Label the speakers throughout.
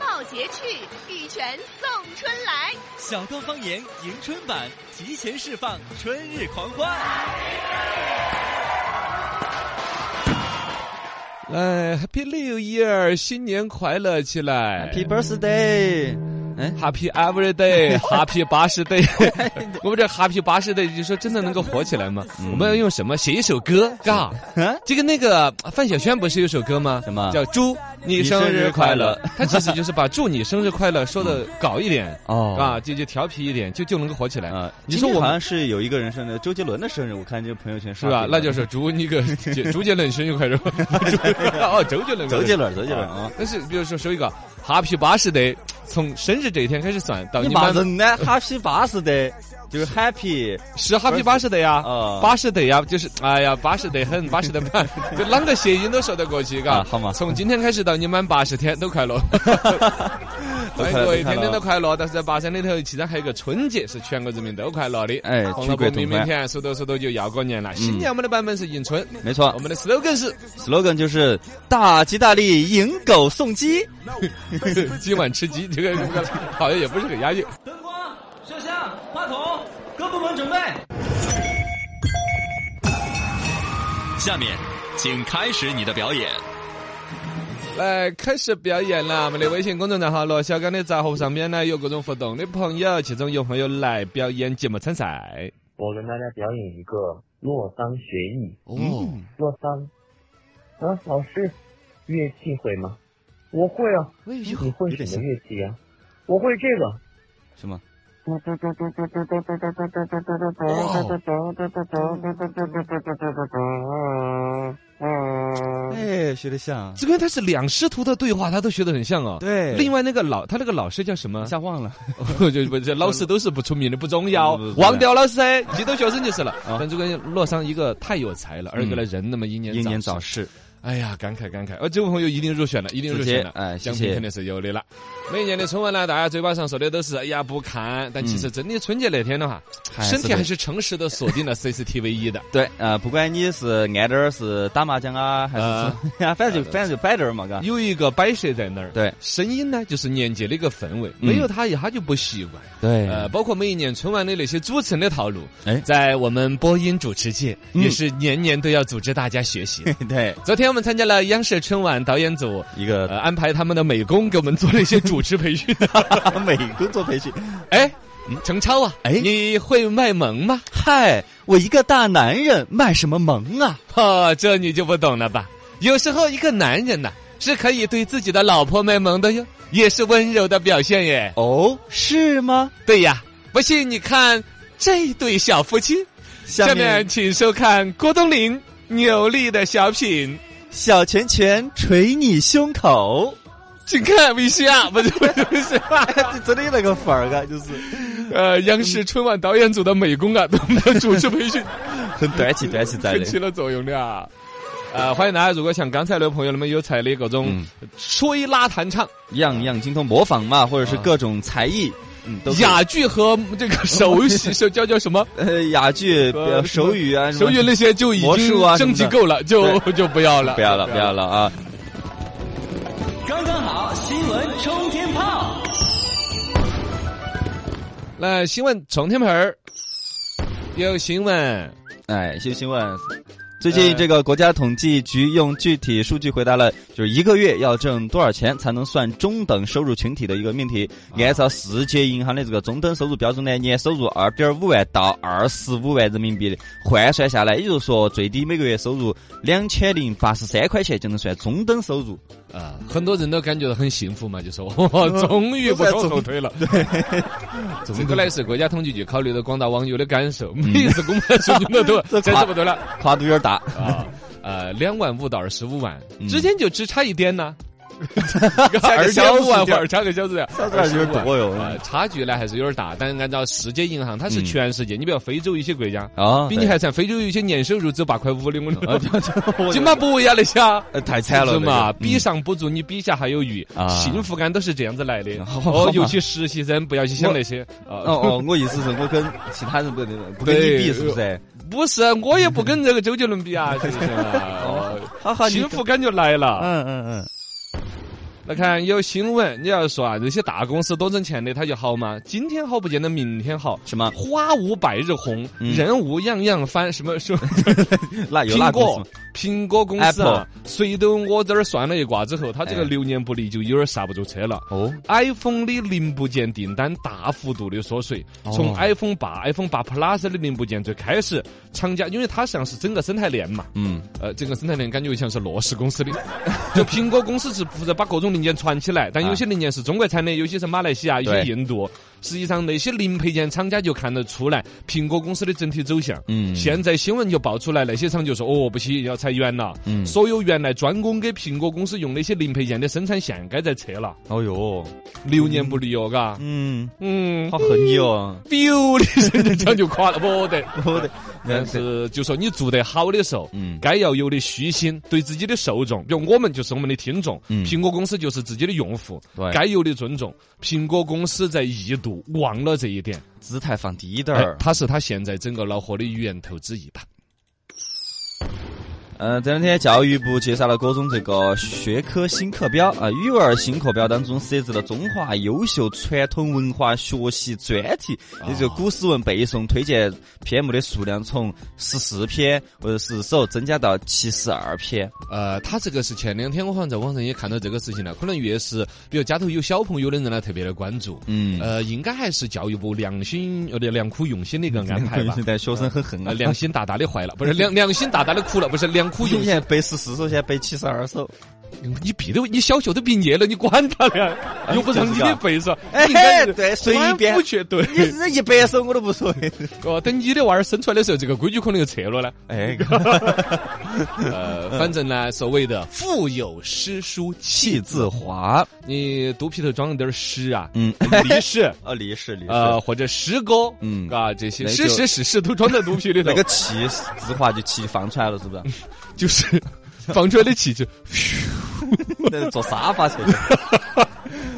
Speaker 1: 报节去，玉泉送春来。
Speaker 2: 小刚方言迎春版提前释放春日狂欢。
Speaker 3: 来，Happy New Year，新年快乐起来
Speaker 4: Happy birthday！哎，
Speaker 3: ！Happy Every Day，Happy 八十 Day。我们这 Happy 八十 Day，就说真的能够火起来吗？我们要用什么写一首歌，嘎？
Speaker 4: 嗯
Speaker 3: 就跟那个范晓萱不是有首歌吗？
Speaker 4: 什么
Speaker 3: 叫《祝你生
Speaker 4: 生
Speaker 3: 日
Speaker 4: 日
Speaker 3: 快
Speaker 4: 快
Speaker 3: 乐
Speaker 4: 乐》？嗯
Speaker 3: 它其实就是把“祝你生日快乐”说的搞一点。
Speaker 4: 哦
Speaker 3: 啊，就就调皮一点，就就能够火起来。
Speaker 4: 啊，
Speaker 3: 你说我
Speaker 4: 好
Speaker 3: 们
Speaker 4: 像是有一个人生日，周杰伦的生日，我看这朋友圈
Speaker 3: 是
Speaker 4: 刷
Speaker 3: 吧？
Speaker 4: 屏
Speaker 3: 那
Speaker 4: 了
Speaker 3: 就是祝你个杰周杰伦生日 快乐。哦，周杰伦，
Speaker 4: 周杰。伦，周杰伦啊！
Speaker 3: 但是比如说说一个 Happy 八十 Day，从生日这一天开始算到
Speaker 4: 你
Speaker 3: 你
Speaker 4: 骂
Speaker 3: 满
Speaker 4: 人呢？Happy 八十的，就是 Happy
Speaker 3: 是 Happy 八十 Day 呀
Speaker 4: 啊，
Speaker 3: 八十 Day 呀，就是哎呀，八十 Day 很，八十 Day 满， 就啷个谐音都说得过去，嘎
Speaker 4: 啊。好嘛
Speaker 3: 从今天开始到你满八十天都 快乐。
Speaker 4: 都
Speaker 3: 欢
Speaker 4: 快
Speaker 3: 迎
Speaker 4: 乐都快
Speaker 3: 哎各位天
Speaker 4: 乐
Speaker 3: 天都快乐，但是在八三里头，其中还有个春节是全国人民都快乐的。
Speaker 4: 哎
Speaker 3: 红
Speaker 4: 去
Speaker 3: 萝卜
Speaker 4: 鬼
Speaker 3: 明
Speaker 4: 同
Speaker 3: 明
Speaker 4: 欢
Speaker 3: 天，数多数多就要过年
Speaker 4: 嗯
Speaker 3: 了。新年我们的版本是迎春，
Speaker 4: 没错
Speaker 3: 我，们的 slogan 是
Speaker 4: slogan 就是大吉大利，迎狗送鸡。
Speaker 3: 今晚吃鸡，这个这个好像也不是很押韵。
Speaker 5: 灯光、摄像、话筒，各部门准备。
Speaker 2: 下面，请开始你的表演。
Speaker 3: 来开始表演了，我们的微信公众账号“罗小刚的杂货”上面呢有各种互动的朋友，啊其中有朋友来表演节目参赛。
Speaker 6: 我跟大家表演一个洛桑学艺。嗯
Speaker 3: 哦，
Speaker 6: 洛桑，啊，老师，乐器会吗？我会啊。你会
Speaker 4: 哎有点
Speaker 6: 什
Speaker 4: 像
Speaker 6: 么乐器啊？我会这个。
Speaker 4: 什么？Oh. 哎，学的像，
Speaker 3: 这跟他是两师徒的对话，他都学得很像哦。
Speaker 4: 对
Speaker 3: 另外那个老他那个老师叫什 么
Speaker 4: 一？下忘了。
Speaker 3: 就不这老师都是不出名的，不重要
Speaker 4: 不不，不哦
Speaker 3: 忘掉老师，记得学生就是了。但这个洛桑一个太有才了，二个呢人那么英年
Speaker 4: 嗯英年
Speaker 3: 早
Speaker 4: 早
Speaker 3: 逝，
Speaker 4: 逝，
Speaker 3: 哎呀，感慨感慨。呃，这位朋友一定入选了，一定入选了，
Speaker 4: 直接哎谢谢
Speaker 3: 奖品肯定是有的了。每年的春晚呢，大家嘴巴上说的都是哎呀不看，但其实真的春节那天的话，
Speaker 4: 还
Speaker 3: 身体
Speaker 4: 是
Speaker 3: 还是诚实的锁定了 CCTV 一的。
Speaker 4: 对，呃，不管你是挨点儿是打麻将啊，还是啊，反正就反正就摆点儿嘛，嘎。
Speaker 3: 有呃一个摆设在那儿，
Speaker 4: 对
Speaker 3: 声音呢就是年节的一个氛围，
Speaker 4: 嗯
Speaker 3: 没有它一下就不习惯。
Speaker 4: 对
Speaker 3: 呃，包括每一年春晚的那些主持人的套路，
Speaker 4: 哎
Speaker 3: 在我们播音主持界
Speaker 4: 嗯
Speaker 3: 也是年年都要组织大家学习的。
Speaker 4: 对，
Speaker 3: 昨天我们参加了央视春晚导演组，
Speaker 4: 一个
Speaker 3: 呃，安排他们的美工给我们做了一些主持培训。啊
Speaker 4: 美工作培训。
Speaker 3: 哎，程超啊，
Speaker 4: 哎
Speaker 3: 你会卖萌吗？
Speaker 4: 嗨，我一个大男人卖什么萌啊？
Speaker 3: 哦，这你就不懂了吧？有时候一个男人呐、是可以对自己的老婆卖萌的哟，也是温柔的表现耶。
Speaker 4: 哦，是吗？
Speaker 3: 对呀，不信你看这对小夫妻。
Speaker 4: 下
Speaker 3: 下
Speaker 4: 面
Speaker 3: 面请收看郭冬临扭力的小品，
Speaker 4: 小拳拳捶你胸 口，
Speaker 3: 请看维西亚，不是不是不 是，
Speaker 4: 你真的有那个范儿啊，就是
Speaker 3: 呃，央视春晚导演组的美工啊，对我们的主持培训
Speaker 4: 很端起端起在
Speaker 3: 很
Speaker 4: 的
Speaker 3: 起。了作用的啊。呃，欢迎大家，如果像刚才那位朋友那么有才的各种
Speaker 4: 嗯
Speaker 3: 吹拉弹唱、
Speaker 4: 样样精通，模仿嘛，或者
Speaker 3: 啊
Speaker 4: 是各种才艺，嗯，都可以
Speaker 3: 哑剧和这个手戏手叫叫 什么
Speaker 4: 呃哑剧、
Speaker 3: 呃
Speaker 4: 呃手语啊，
Speaker 3: 手语那些就已
Speaker 4: 魔术
Speaker 3: 经
Speaker 4: 啊
Speaker 3: 升级
Speaker 4: 什么的
Speaker 3: 够了，就就不要了，
Speaker 4: 不要了，不要了啊！
Speaker 5: 刚刚好，新闻冲天炮。
Speaker 3: 来，新闻闯天盆儿，有新闻。
Speaker 4: 哎，谢谢新闻。最近，这个国家统计局用具体数据回答了，就是一个月要挣多少钱才能算中等收入群体的一个命题。按照世界银行的这个中等收入标准呢，年收入二点五万到二十五万人民币的换算下来，也就是说，最低每个月收入两千零八十三块钱就能算中等收入。
Speaker 3: 啊，很多人都感觉到很幸福嘛，就说 哇，终于不拖后腿了。 这个呢是国家统计局考虑到广大网友的感受，每一次公布的数据都多，
Speaker 4: 嗯 这
Speaker 3: 真
Speaker 4: 夸
Speaker 3: 是不对了
Speaker 4: 跨度有点大，
Speaker 3: 啊。 呃，两万五到二十五万
Speaker 4: 嗯
Speaker 3: 之间就只差一 点呢，
Speaker 4: 个
Speaker 3: 二
Speaker 4: 小
Speaker 3: 点
Speaker 4: 时
Speaker 3: 五万或
Speaker 4: 点
Speaker 3: 者差个小时点，
Speaker 4: 小时点有点多哟
Speaker 3: 呃，差距呢还是有点大，但是按照世界银行，它是
Speaker 4: 嗯
Speaker 3: 全世界，你比如非洲一些国家，
Speaker 4: 啊，
Speaker 3: 比你还惨，非洲有一些年收入只有八块五的，我们津巴布韦啊那些啊。
Speaker 4: 呃 太惨了
Speaker 3: 是嘛，
Speaker 4: 那个嗯
Speaker 3: 比上不足，你比下还有余
Speaker 4: 啊，
Speaker 3: 幸福感都是这样子 来的。
Speaker 4: 好好
Speaker 3: 哦，
Speaker 4: 嘛
Speaker 3: 尤其实习生不要去想那些。
Speaker 4: 哦
Speaker 3: 哦，
Speaker 4: 哦，我意思是我跟其他人不不跟你比，是不是？
Speaker 3: 不是，啊我也不跟这个周 杰伦比啊，是不是嘛？
Speaker 4: 好好
Speaker 3: 哦
Speaker 4: 你啊
Speaker 3: 幸福感就来了。
Speaker 4: 嗯嗯嗯，
Speaker 3: 来看有新闻，你要说啊，这些大公司多挣钱的，它就好嘛？今天好不见得明天好。
Speaker 4: 什么
Speaker 3: 花无百日红，
Speaker 4: 嗯
Speaker 3: 人无样样翻。什么什么？
Speaker 4: 那 有那
Speaker 3: 苹
Speaker 4: 公司吗
Speaker 3: 果苹果公司啊，随着我这儿算了一卦之后，它这个
Speaker 4: 哎
Speaker 3: 流年不利就有点刹不住车了。
Speaker 4: 哦，
Speaker 3: iPhone 的零部件订单大幅度的缩水，
Speaker 4: 哦
Speaker 3: 从 iPhone 八、iPhone 八 Plus 的零部件最开始，厂家因为它像是整个生态链嘛，
Speaker 4: 嗯，
Speaker 3: 呃，整个生态链感觉像是乐视公司的， 就苹果公司是负责把各种零件传起来，但有些零件是中国产的，有些是马来西亚，有些
Speaker 4: 对
Speaker 3: 印度。实际上，那些零配件厂家就看得出来苹果公司的整体走向。
Speaker 4: 嗯
Speaker 3: 现在新闻就爆出来，那些厂就说哦，不行，要裁员了。
Speaker 4: 嗯
Speaker 3: 所有原来专供给苹果公司用那些零配件的生产线该在撤了，
Speaker 4: 哦哟，
Speaker 3: 流年不利哦，嘎。
Speaker 4: 嗯，
Speaker 3: 嗯，
Speaker 4: 好恨你哦，
Speaker 3: biu 的声音就垮了，不得。
Speaker 4: 我 的，
Speaker 3: 但是就说你做得好的时候，
Speaker 4: 嗯
Speaker 3: 该要有的虚心，对自己的受众，比如我们就是我们的听众，
Speaker 4: 嗯
Speaker 3: 苹果公司就是自己的用户
Speaker 4: 对，
Speaker 3: 该有的尊重。苹果公司在一度忘了这一点，
Speaker 4: 姿态放低点
Speaker 3: 哎
Speaker 4: 儿，。
Speaker 3: 它是它现在整个恼火的源头之一吧。
Speaker 4: 呃，这两天教育部介绍了各种这个学科新课标啊，语文新课标当中设置了中华优秀传统文化学习专题，也就是古诗文背诵推荐篇目的数量从十四篇或者十首增加到七十二篇。
Speaker 3: 呃，他这个是前两天我好像在网上也看到这个事情了，可能越是比如家头有小朋友的人呢，特别的关注。
Speaker 4: 嗯，
Speaker 3: 呃，应该还是教育部良心呃良苦用心的一个 安排吧。
Speaker 4: 现在学生很恨
Speaker 3: 啊，
Speaker 4: 啊，
Speaker 3: 良心大大的坏了，不是良良心大大的苦了，不是良 苦用
Speaker 4: 以
Speaker 3: 心。
Speaker 4: 前背十四首，现在背七十二首。
Speaker 3: 你毕都你小学都毕业了，你管他了， 又不让你的背上。
Speaker 4: 哎
Speaker 3: 你应该是
Speaker 4: 对随便
Speaker 3: 不 去对。
Speaker 4: 你这一百首我都不说。
Speaker 3: 哦，等你的娃儿生出来的时候，这个规矩可能又撤了呢。
Speaker 4: 哎，嗯
Speaker 3: 呃，反正呢，所谓的腹有诗书气
Speaker 4: 气自华，
Speaker 3: 你肚皮头装了点儿诗啊，
Speaker 4: 嗯，
Speaker 3: 历史。
Speaker 4: 啊，历史历史，
Speaker 3: 呃，或者诗歌，
Speaker 4: 嗯
Speaker 3: 嗯，啊，这些
Speaker 4: 那
Speaker 3: 诗
Speaker 4: 就
Speaker 3: 诗史诗都装在肚皮里头
Speaker 4: 那，个气自华就气放出来了，是不 是？
Speaker 3: 就是放出来的气就，
Speaker 4: 那坐沙发去。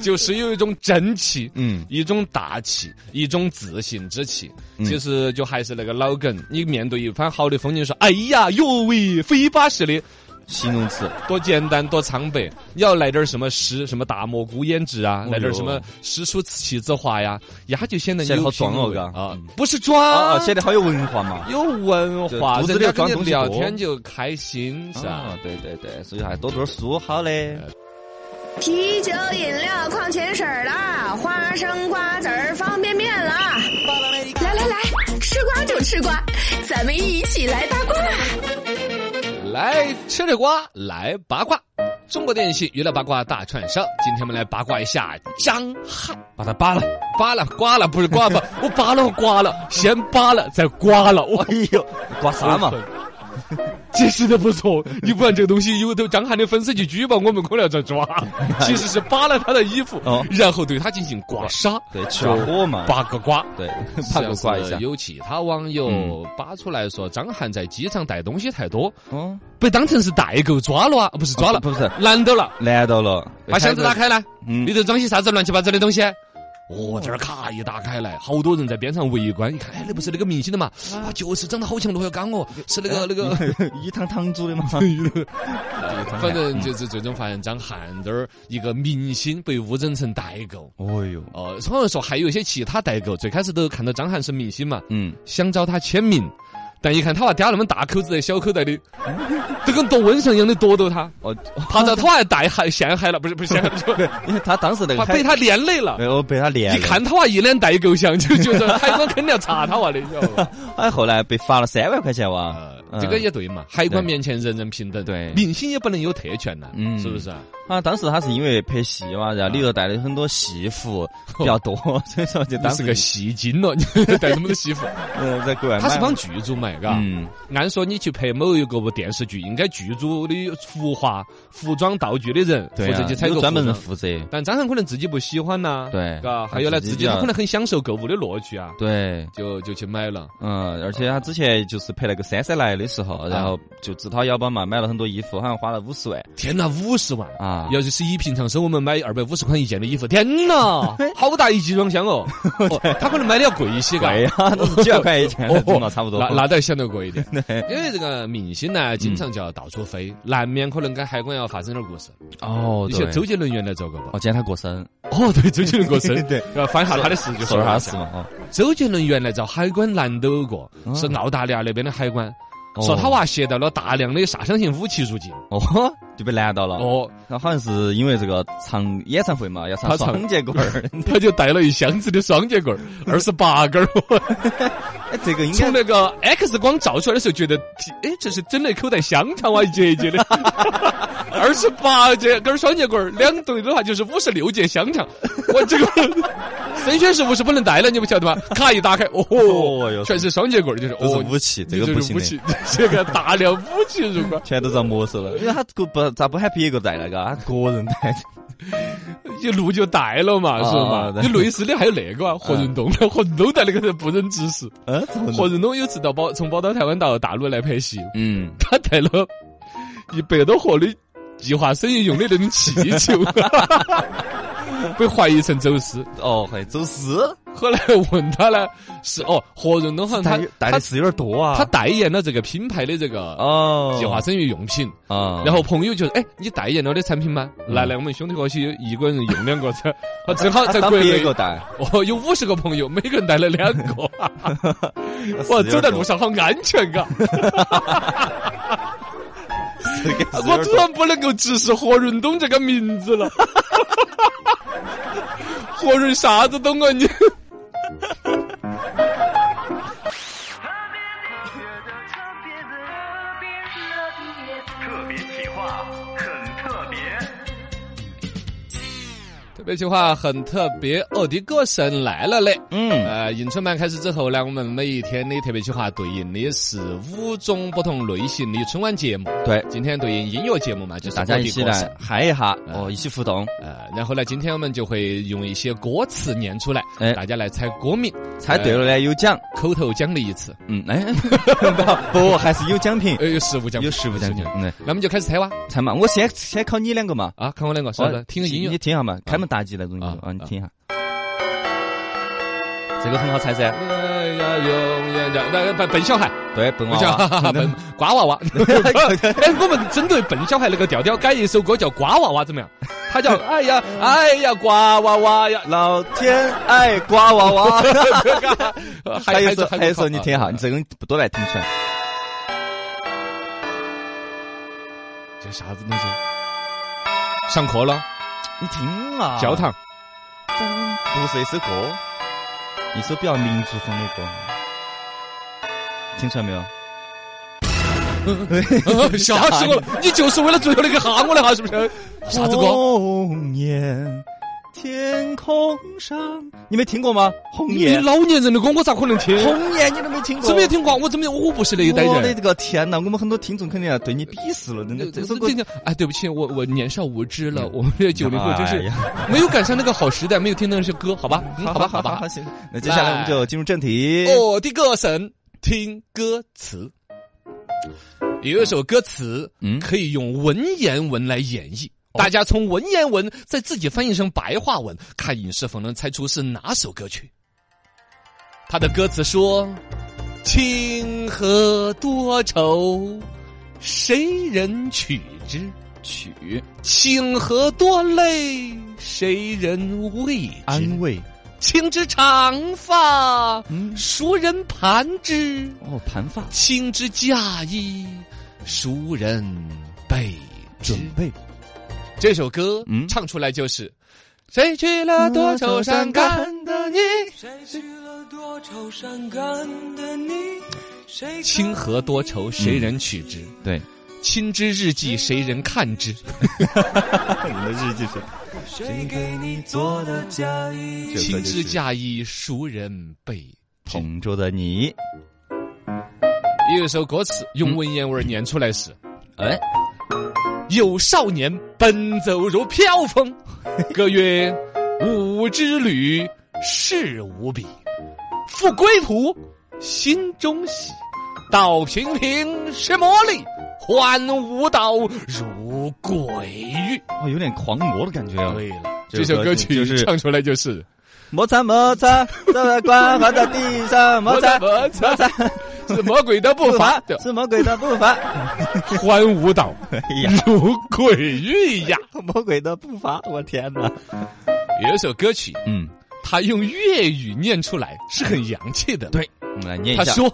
Speaker 3: 就是有一种真气，
Speaker 4: 嗯，
Speaker 3: 一种大气，一种自信之气。
Speaker 4: 嗯
Speaker 3: 其实就还是那个老梗，你面对一番好的风景，说：“哎呀，哟喂，飞巴式的，
Speaker 4: 形容词，
Speaker 3: 多简单，多苍白。”你要来点什么诗，什么大漠孤烟直啊，
Speaker 4: 哦
Speaker 3: 来点
Speaker 4: 哟
Speaker 3: 什么诗书气自华呀，呀就显得你
Speaker 4: 显得
Speaker 3: 有
Speaker 4: 好装
Speaker 3: 品
Speaker 4: 哦
Speaker 3: 味
Speaker 4: 嘎
Speaker 3: 啊
Speaker 4: 嗯，
Speaker 3: 不是装，
Speaker 4: 哦哦，显得好有文化嘛。
Speaker 3: 有文化，
Speaker 4: 就肚子
Speaker 3: 人
Speaker 4: 里
Speaker 3: 家
Speaker 4: 装
Speaker 3: 跟你
Speaker 4: 东西
Speaker 3: 聊
Speaker 4: 多
Speaker 3: 天就开心，是哎吧？
Speaker 4: 啊，对对对，所以还多读点书好嘞。
Speaker 1: 啤酒、饮料、矿泉水啦，花生、瓜子儿、方便面啦。来来来，吃瓜就吃瓜，咱们一起来八卦。
Speaker 3: 来吃着瓜，来八卦。中国电信娱乐八卦大串烧，今天我们来八卦一下张翰，把他扒了，扒了，刮了，不是刮 吧？我扒了，我刮了，先扒了，再刮了，哇！
Speaker 4: 哎呦，刮痧 嘛，
Speaker 3: 解释的不错，你不然这个东西有的张翰的粉丝去举报我们，可能要遭 抓。其实是扒了他的衣服
Speaker 4: 哦，
Speaker 3: 然后对他进行刮痧，
Speaker 4: 对，去下火嘛，
Speaker 3: 八个刮。
Speaker 4: 对，怕给我刮一下。
Speaker 3: 啊有其他网友扒出来说，张翰在机场带东西太多，
Speaker 4: 哦，
Speaker 3: 被当成是代购抓了啊，不是抓了，
Speaker 4: 不是，
Speaker 3: 拦到了。
Speaker 4: 难到了，
Speaker 3: 把箱子 打，开来，
Speaker 4: 嗯
Speaker 3: 里头装些啥子乱七八糟的东西？哦，这儿咔一打开来，好多人在边上围观，一看，哎，那不是那个明星的嘛？啊，就是长得好像罗小刚哦，是那个那个，
Speaker 4: 一汤汤煮的嘛。
Speaker 3: 哎反正就是最终发现张翰这儿一个明星被误整成代购。
Speaker 4: 哦呦，
Speaker 3: 哦，好像说还有一些其他代购，最开始都看到张翰是明星嘛，
Speaker 4: 嗯，
Speaker 3: 想找他签名，但一看他娃嗲那么大口子的小口袋的，都跟夺瘟神一样的夺到他，
Speaker 4: 哦，
Speaker 3: 怕遭他娃逮害陷害了，不是 不是陷害了，就
Speaker 4: 因为他当时那个
Speaker 3: 怕被他连累了。
Speaker 4: 没有被他连
Speaker 3: 一看他娃一脸代购相，就就是海关肯定要查他娃啊的，你知道 吧？
Speaker 4: 哎，后来被罚了三万块钱哇！
Speaker 3: 这个也对嘛，海关面前人人平等，
Speaker 4: 呃对
Speaker 3: 明星也不能有特权呐，
Speaker 4: 嗯
Speaker 3: 是不是啊？
Speaker 4: 啊，当时他是因为拍戏嘛，然后里头带了很多戏服比较多，所以说就
Speaker 3: 你
Speaker 4: 当
Speaker 3: 是
Speaker 4: 时
Speaker 3: 个戏精了，你 带那么多 戏服，
Speaker 4: 嗯，在国外
Speaker 3: 他是
Speaker 4: 买
Speaker 3: 帮
Speaker 4: 了
Speaker 3: 剧组买，嘎。
Speaker 4: 嗯，
Speaker 3: 按说你去拍某一个部电视剧，应该剧组的服化、服装、道具的人负
Speaker 4: 对
Speaker 3: 责
Speaker 4: 啊
Speaker 3: 去采
Speaker 4: 有
Speaker 3: 购，
Speaker 4: 专门人。负责，
Speaker 3: 但张翰可能自己不喜欢呐，
Speaker 4: 对
Speaker 3: 嘎。
Speaker 4: 他
Speaker 3: 还有呢，
Speaker 4: 自己
Speaker 3: 自己他
Speaker 4: 要
Speaker 3: 可能很享受购物的乐趣啊，
Speaker 4: 对。
Speaker 3: 就就去买了。
Speaker 4: 嗯，而且他之前就是拍那个《姗姗来》的时候，然后就自掏腰包嘛，买了很多衣服，好像花了五十万
Speaker 3: 天哪，五十万！
Speaker 4: 啊！啊，
Speaker 3: 要是是以平常生活我们买二百五十块一件的衣服，天 哪，好大一集装箱哦！哦他可能买的要贵一些，嘎。
Speaker 4: 贵啊，都是几万块一件的，懂了差不 多。
Speaker 3: 那那倒相对贵一点，因为这个明星呢，
Speaker 4: 嗯
Speaker 3: 经常就要到处飞，难免可能跟海关要发生点故事。
Speaker 4: 哦，
Speaker 3: 你
Speaker 4: 对
Speaker 3: 像，周杰伦原来遭过吧
Speaker 4: 哦，？今天他过生，，
Speaker 3: 哦，对，周杰伦过生
Speaker 4: 对，
Speaker 3: 要翻下他的事就
Speaker 4: 说
Speaker 3: 了
Speaker 4: 了啥事嘛？哦，
Speaker 3: 周杰伦原来遭海关拦兜过，是澳大利亚那边的海关，
Speaker 4: 嗯哦
Speaker 3: 说他娃携带了大量的杀伤性武器入境。
Speaker 4: 哦，就被拦到了。哦，
Speaker 3: 哦，
Speaker 4: 那好像是因为这个唱演唱会嘛，要唱
Speaker 3: 他唱
Speaker 4: 双节棍儿。
Speaker 3: 他就带了一箱子的双节棍 儿，二十八根儿。
Speaker 4: 哎，这个应该
Speaker 3: 从那个 X 光照出来的时候，觉得，哎，这是整那口袋香肠哇，一节一节的， 二十八节根儿双节棍儿，两对的话就是五十六节香肠。我这个 生鲜食物是不能带了，你不晓得吗？卡一打开，
Speaker 4: 哦哟
Speaker 3: 哦，全是双节棍儿，就是
Speaker 4: 都
Speaker 3: 哦
Speaker 4: 是，武器，这
Speaker 3: 你
Speaker 4: 个不
Speaker 3: 就是
Speaker 4: 行
Speaker 3: 武
Speaker 4: 的。
Speaker 3: 器，这个大量武器入 关。
Speaker 4: 全都遭没收了，因为他个不咋不喊别个带那个，他个人带。
Speaker 3: 一路就带了嘛，是
Speaker 4: 啊
Speaker 3: 吧？
Speaker 4: 对
Speaker 3: 你类似的还有那个啊，何润东，何润东带那个不忍直视。
Speaker 4: 嗯，怎么
Speaker 3: 何润东有次到宝从宝岛台湾到大陆来拍戏，
Speaker 4: 嗯，
Speaker 3: 他带了一百多盒的计划生育用的那种气 球，被怀疑成走私。
Speaker 4: 哦，还走私，
Speaker 3: 后来问他呢，是哦，何润东好
Speaker 4: 带
Speaker 3: 像
Speaker 4: 带
Speaker 3: 他
Speaker 4: 的
Speaker 3: 他
Speaker 4: 是有点多啊。
Speaker 3: 他代言了这个品牌的这个
Speaker 4: 哦，
Speaker 3: 计划生育用品，
Speaker 4: 啊，
Speaker 3: 然后朋友就说：“哎，你代言了的产品吗？来来，我们兄弟伙去，一个人用两个 噻。他正好
Speaker 4: 嗯他
Speaker 3: 在
Speaker 4: 当
Speaker 3: 国内
Speaker 4: 别，个带，
Speaker 3: 哦，有五十个朋友，每个人带 了两个，哇，走在路上好安全啊嘎、 我
Speaker 4: 我
Speaker 3: 突然不能够直视何润东这个名字了。 何润啥子东啊你？
Speaker 5: 特别企划很特别。
Speaker 3: 特别企划很特别，奥迪歌神来了嘞！
Speaker 4: 嗯，
Speaker 3: 呃，迎春版开始之后呢，我们每一天的特别企划对应的是五种不同类型的春晚节目。
Speaker 4: 对，
Speaker 3: 今天对应音乐节目嘛，就是嗯
Speaker 4: 大家
Speaker 3: 奥
Speaker 4: 一
Speaker 3: 迪
Speaker 4: 起
Speaker 3: 歌神
Speaker 4: 来。嗨一下，哦，一起互动，
Speaker 3: 呃，然后呢，今天我们就会用一些歌词念出来，
Speaker 4: 哎
Speaker 3: 大家来猜歌名，呃
Speaker 4: 猜对了呢有奖，
Speaker 3: 口头奖励一次，
Speaker 4: 嗯，哎， 不，还是有奖品，
Speaker 3: 呃，有实物奖，
Speaker 4: 有实物奖品，嗯，
Speaker 3: 那我们就开始猜哇！
Speaker 4: 猜嘛，我先先考你两个嘛，
Speaker 3: 啊，看我两个，是不是？听个音乐
Speaker 4: 哦你，听一下嘛，开门大吉那种音乐
Speaker 3: 啊
Speaker 4: 啊，你
Speaker 3: 啊
Speaker 4: 听一下，这个很好猜噻，
Speaker 3: 哎呀，永远的那笨笨小孩，
Speaker 4: 对，笨
Speaker 3: 不
Speaker 4: 娃
Speaker 3: 啊叫
Speaker 4: 娃，
Speaker 3: 笨瓜娃娃。 哎，我们针对笨小孩那个调调，改一首歌叫《瓜娃娃》怎么样？他叫哎呀哎呀瓜娃娃呀，
Speaker 4: 老天爱瓜娃娃。 还有一首，还有一首，哎你听一下，你
Speaker 3: 这
Speaker 4: 这个不多来听出来。
Speaker 3: 这啥子东西？上课了，
Speaker 4: 你听啊，
Speaker 3: 教堂
Speaker 4: 不是一首歌，一首比较民族风的歌，听出来没有？
Speaker 3: 吓死我了！你就是为了最后那个哈我的哈，是不是？啥
Speaker 4: 哦
Speaker 3: 子歌？
Speaker 4: 红颜天空上，你没听过吗？红
Speaker 3: 你
Speaker 4: 颜，
Speaker 3: 老年人的歌我咋可能听？
Speaker 4: 红颜，你都没听过？
Speaker 3: 怎么也听过？我怎么我不是那一代
Speaker 4: 我的
Speaker 3: 人？
Speaker 4: 这个天呐，我们很多听众肯定要对你鄙视了，真的。这首歌
Speaker 3: 这这哎，对不起，我我年少无知了，我们这九零后真
Speaker 4: 哎
Speaker 3: 是
Speaker 4: 呀
Speaker 3: 没有赶上那个好时代，没有听到那些歌，好吧？嗯
Speaker 4: 好
Speaker 3: 吧，
Speaker 4: 好
Speaker 3: 吧哦
Speaker 4: 好，。行。那接下来我们就进入正题。
Speaker 3: 我的歌神，听歌词。有一首歌词，
Speaker 4: 嗯哦
Speaker 3: 可以用文言文来演绎。大家从文言文再自己翻译成白话文，看你是否能猜出是哪首歌曲。他的歌词说：“清河多愁，谁人取之？
Speaker 4: 曲
Speaker 3: 清河多泪，谁人为之？”
Speaker 4: 安慰，
Speaker 3: 青之长发，
Speaker 4: 嗯
Speaker 3: 孰人盘之？
Speaker 4: 哦，盘发，
Speaker 3: 青之嫁衣，孰人备之
Speaker 4: 准？备。
Speaker 3: 这首歌，
Speaker 4: 嗯
Speaker 3: 唱出来就是：谁去了多愁善
Speaker 4: 嗯
Speaker 3: 感的你？
Speaker 5: 谁去了多愁善感的你？谁
Speaker 3: 清河多愁，谁人取之？
Speaker 4: 对，
Speaker 3: 亲之日记，谁人看之？
Speaker 4: 你的日记是
Speaker 5: 谁给你做的嫁衣？
Speaker 4: 这
Speaker 3: 青
Speaker 4: 个
Speaker 3: 之嫁衣，孰人备？
Speaker 4: 同桌的你，
Speaker 3: 有一首歌词用文言文念出来是：
Speaker 4: 嗯哎，
Speaker 3: 有少年奔走如飘风， 歌曰：“吾之旅是无比，复归途心中喜。到平平是魔力，还吾道如魔鬼域。
Speaker 4: 哦，有点狂魔的感觉啊！
Speaker 3: 对了，
Speaker 4: 这首
Speaker 3: 这首
Speaker 4: 歌
Speaker 3: 歌
Speaker 4: 就
Speaker 3: 曲
Speaker 4: 是
Speaker 3: 唱出来就是
Speaker 4: 摩擦摩擦，这个光滑在地上摩 擦，
Speaker 3: 摩擦，是魔鬼的步
Speaker 4: 步伐
Speaker 3: 伐，对
Speaker 4: 是魔鬼的步伐，
Speaker 3: 欢舞蹈
Speaker 4: 哎呀，
Speaker 3: 如鬼域呀。
Speaker 4: 魔鬼的步伐，我天哪！
Speaker 3: 有一首歌曲，
Speaker 4: 嗯，
Speaker 3: 他用粤语念出来是很洋气的。
Speaker 4: 对，我们来念一
Speaker 3: 他
Speaker 4: 下。
Speaker 3: 说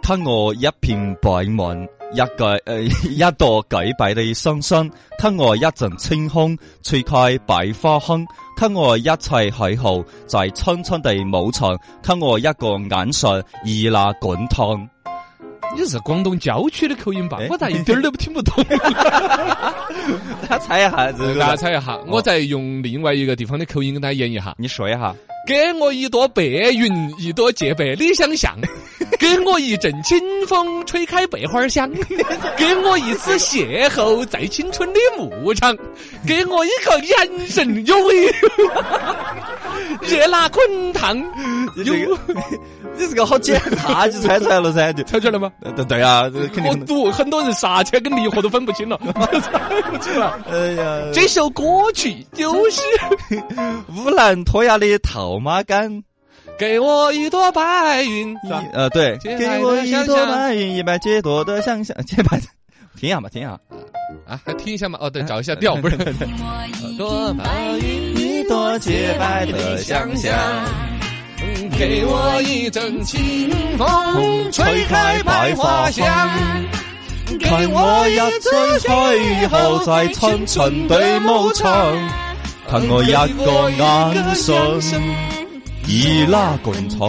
Speaker 4: 他我一片白雲，一計呃 一度幾百地生生。他我一陣清空，吹開百花香。給我一切喜好，在春春地舞場。給我一個眼神，熱辣滾燙。
Speaker 3: 你是广东郊区的口音吧
Speaker 4: 哎？
Speaker 3: 我咋一点儿都听不懂？啊
Speaker 4: 他猜一 下，
Speaker 3: 大
Speaker 4: 这
Speaker 3: 家
Speaker 4: 个
Speaker 3: 猜一下，
Speaker 4: 哦
Speaker 3: 我再用另外一个地方的口音跟大家演一下。
Speaker 4: 你说一下，
Speaker 3: 给我一朵白云，一朵洁白的想 象；给我一阵清风，吹开百花 香；给我一次邂逅，在青春的牧场；给我一个眼神，有味 热辣滚烫。
Speaker 4: 你
Speaker 3: 有
Speaker 4: 这个 你这个好简单就猜出来了噻，就
Speaker 3: 猜出来吗？
Speaker 4: 呃对对啊，这个肯
Speaker 3: 我
Speaker 4: 定。
Speaker 3: 赌很多人啥钱跟离合都分 不清了，猜不清了。
Speaker 4: 哎呀，
Speaker 3: 这首歌曲 就是
Speaker 4: 乌兰托娅的套马杆。
Speaker 3: 给我一朵白云，
Speaker 4: 一呃，对，
Speaker 3: 洁
Speaker 4: 给
Speaker 3: 白
Speaker 4: 我
Speaker 3: 的
Speaker 4: 一
Speaker 3: 想
Speaker 4: 朵
Speaker 3: 象
Speaker 4: 白云，一百解朵的想象，洁白的。停一下吧，停一下。
Speaker 3: 啊，还听一下吗？哦，对，找一下调，不是。多白云，
Speaker 4: 一朵洁白的想象，
Speaker 3: 给我一阵清风，
Speaker 4: 吹
Speaker 3: 吹
Speaker 4: 开百
Speaker 3: 开百
Speaker 4: 花
Speaker 3: 花
Speaker 4: 香
Speaker 3: 香。
Speaker 4: 给我一次邂逅在春春的舞场，看我一个眼神，热辣滚烫。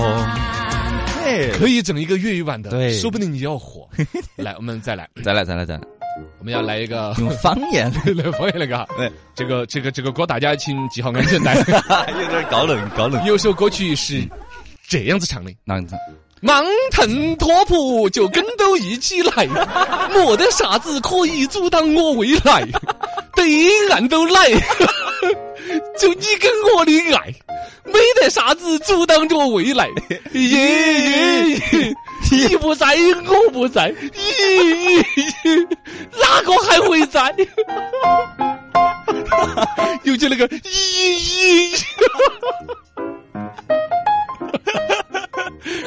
Speaker 4: 嘿，
Speaker 3: 可以整一个粤语版的，
Speaker 4: 对
Speaker 3: 说不定你要火。来，我们再来，
Speaker 4: 再来，再来，再来，
Speaker 3: 我们要来一个
Speaker 4: 用方 言。
Speaker 3: 来方言那个啊
Speaker 4: 对，
Speaker 3: 这个这个这个歌大家请系好安全带。
Speaker 4: 哎有点高冷，高冷。
Speaker 3: 有首歌曲是这样子唱的。
Speaker 4: 那
Speaker 3: 忙腾拓扑就跟都一起来，没得啥子可以阻挡我未来，对岸都来， 就你跟我的爱，没得啥子阻挡着未来，耶耶耶！你不在，我不在，咦咦，哪个还会在？ 尤其那个咦咦。咦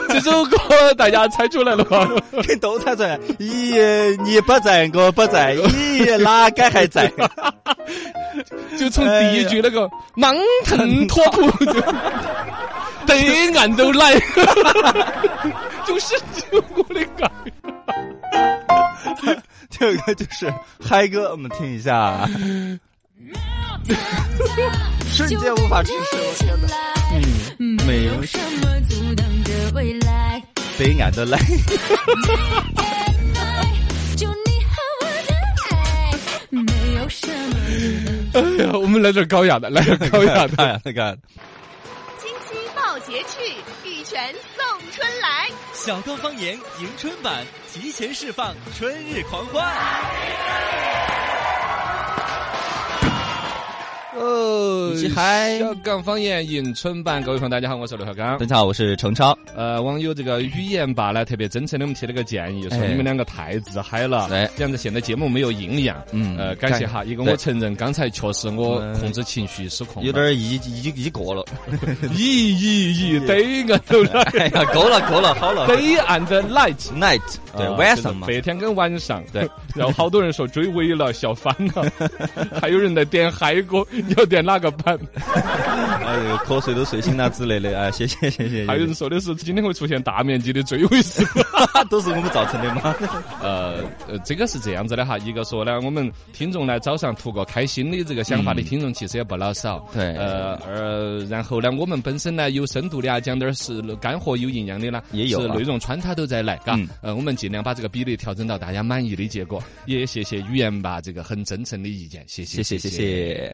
Speaker 3: 这首歌大家猜出来了吗？
Speaker 4: 都猜出来。咦，你不在，我不在。咦，哪个还在？
Speaker 3: 就从第一句那个“忙腾脱 裤子”，对岸都来， 就是救我的爱。
Speaker 4: 这个就是嗨歌，我们听一 下。瞬间无法直视，我天哪！嗯，没有
Speaker 7: 什么阻挡着未来？
Speaker 4: 谁俺的来，
Speaker 7: 就你和我的爱，
Speaker 1: 嗯
Speaker 7: 没有什么阻挡。
Speaker 3: 哎呀，我们来点高雅的，来点高雅的。
Speaker 4: 看那个
Speaker 1: 金鸡报捷去，玉泉送春来。
Speaker 2: 小刚方言迎春版提前释放春日狂欢。
Speaker 3: 哦
Speaker 4: 一起嗨
Speaker 3: 小港方言迎春版，各位朋友，大家好，我是刘小刚
Speaker 4: 大。家好，我是程超。
Speaker 3: 呃，网友这个语言吧呢，特别真诚的我们提了个建议，说
Speaker 4: 哎
Speaker 3: 你们两个太自嗨了
Speaker 4: 哎，
Speaker 3: 这样子显得节目没有营养。
Speaker 4: 嗯
Speaker 3: 呃，感谢哎哈，一个
Speaker 4: 对
Speaker 3: 我承认刚才确实我
Speaker 4: 嗯
Speaker 3: 控制情绪失控了，
Speaker 4: 有点一一一过 了，
Speaker 3: 咦 咦咦，对岸都来，
Speaker 4: 哎呀，够了够了，好了。
Speaker 3: 对岸的 light。
Speaker 4: Night，对
Speaker 3: 啊
Speaker 4: 晚上嘛
Speaker 3: 就，是白天跟晚上，
Speaker 4: 对。
Speaker 3: 然后好多人说追尾了，笑翻了，还有人在点嗨歌，你 要点哪个版？
Speaker 4: 哎呦，瞌睡都睡醒了之类的，哎，谢谢谢谢。
Speaker 3: 还有人说的是今天会出现大面积的追尾事故。
Speaker 4: 都是我们造成的吗？
Speaker 3: 呃呃，这个是这样子的哈，一个说呢，我们听众呢早上图个开心的这个想法的听众其实也不老少，
Speaker 4: 嗯对
Speaker 3: 呃，而然后呢，我们本身呢有深度的啊，讲点儿是干货有营养的啦，
Speaker 4: 也有啊
Speaker 3: 是内容穿插都在来，嘎、
Speaker 4: 嗯
Speaker 3: 呃，我们尽量把这个比例调整到大家满意的结果，也谢谢语言吧这个很真诚的意见，谢
Speaker 4: 谢谢
Speaker 3: 谢
Speaker 4: 谢
Speaker 3: 谢
Speaker 4: 谢。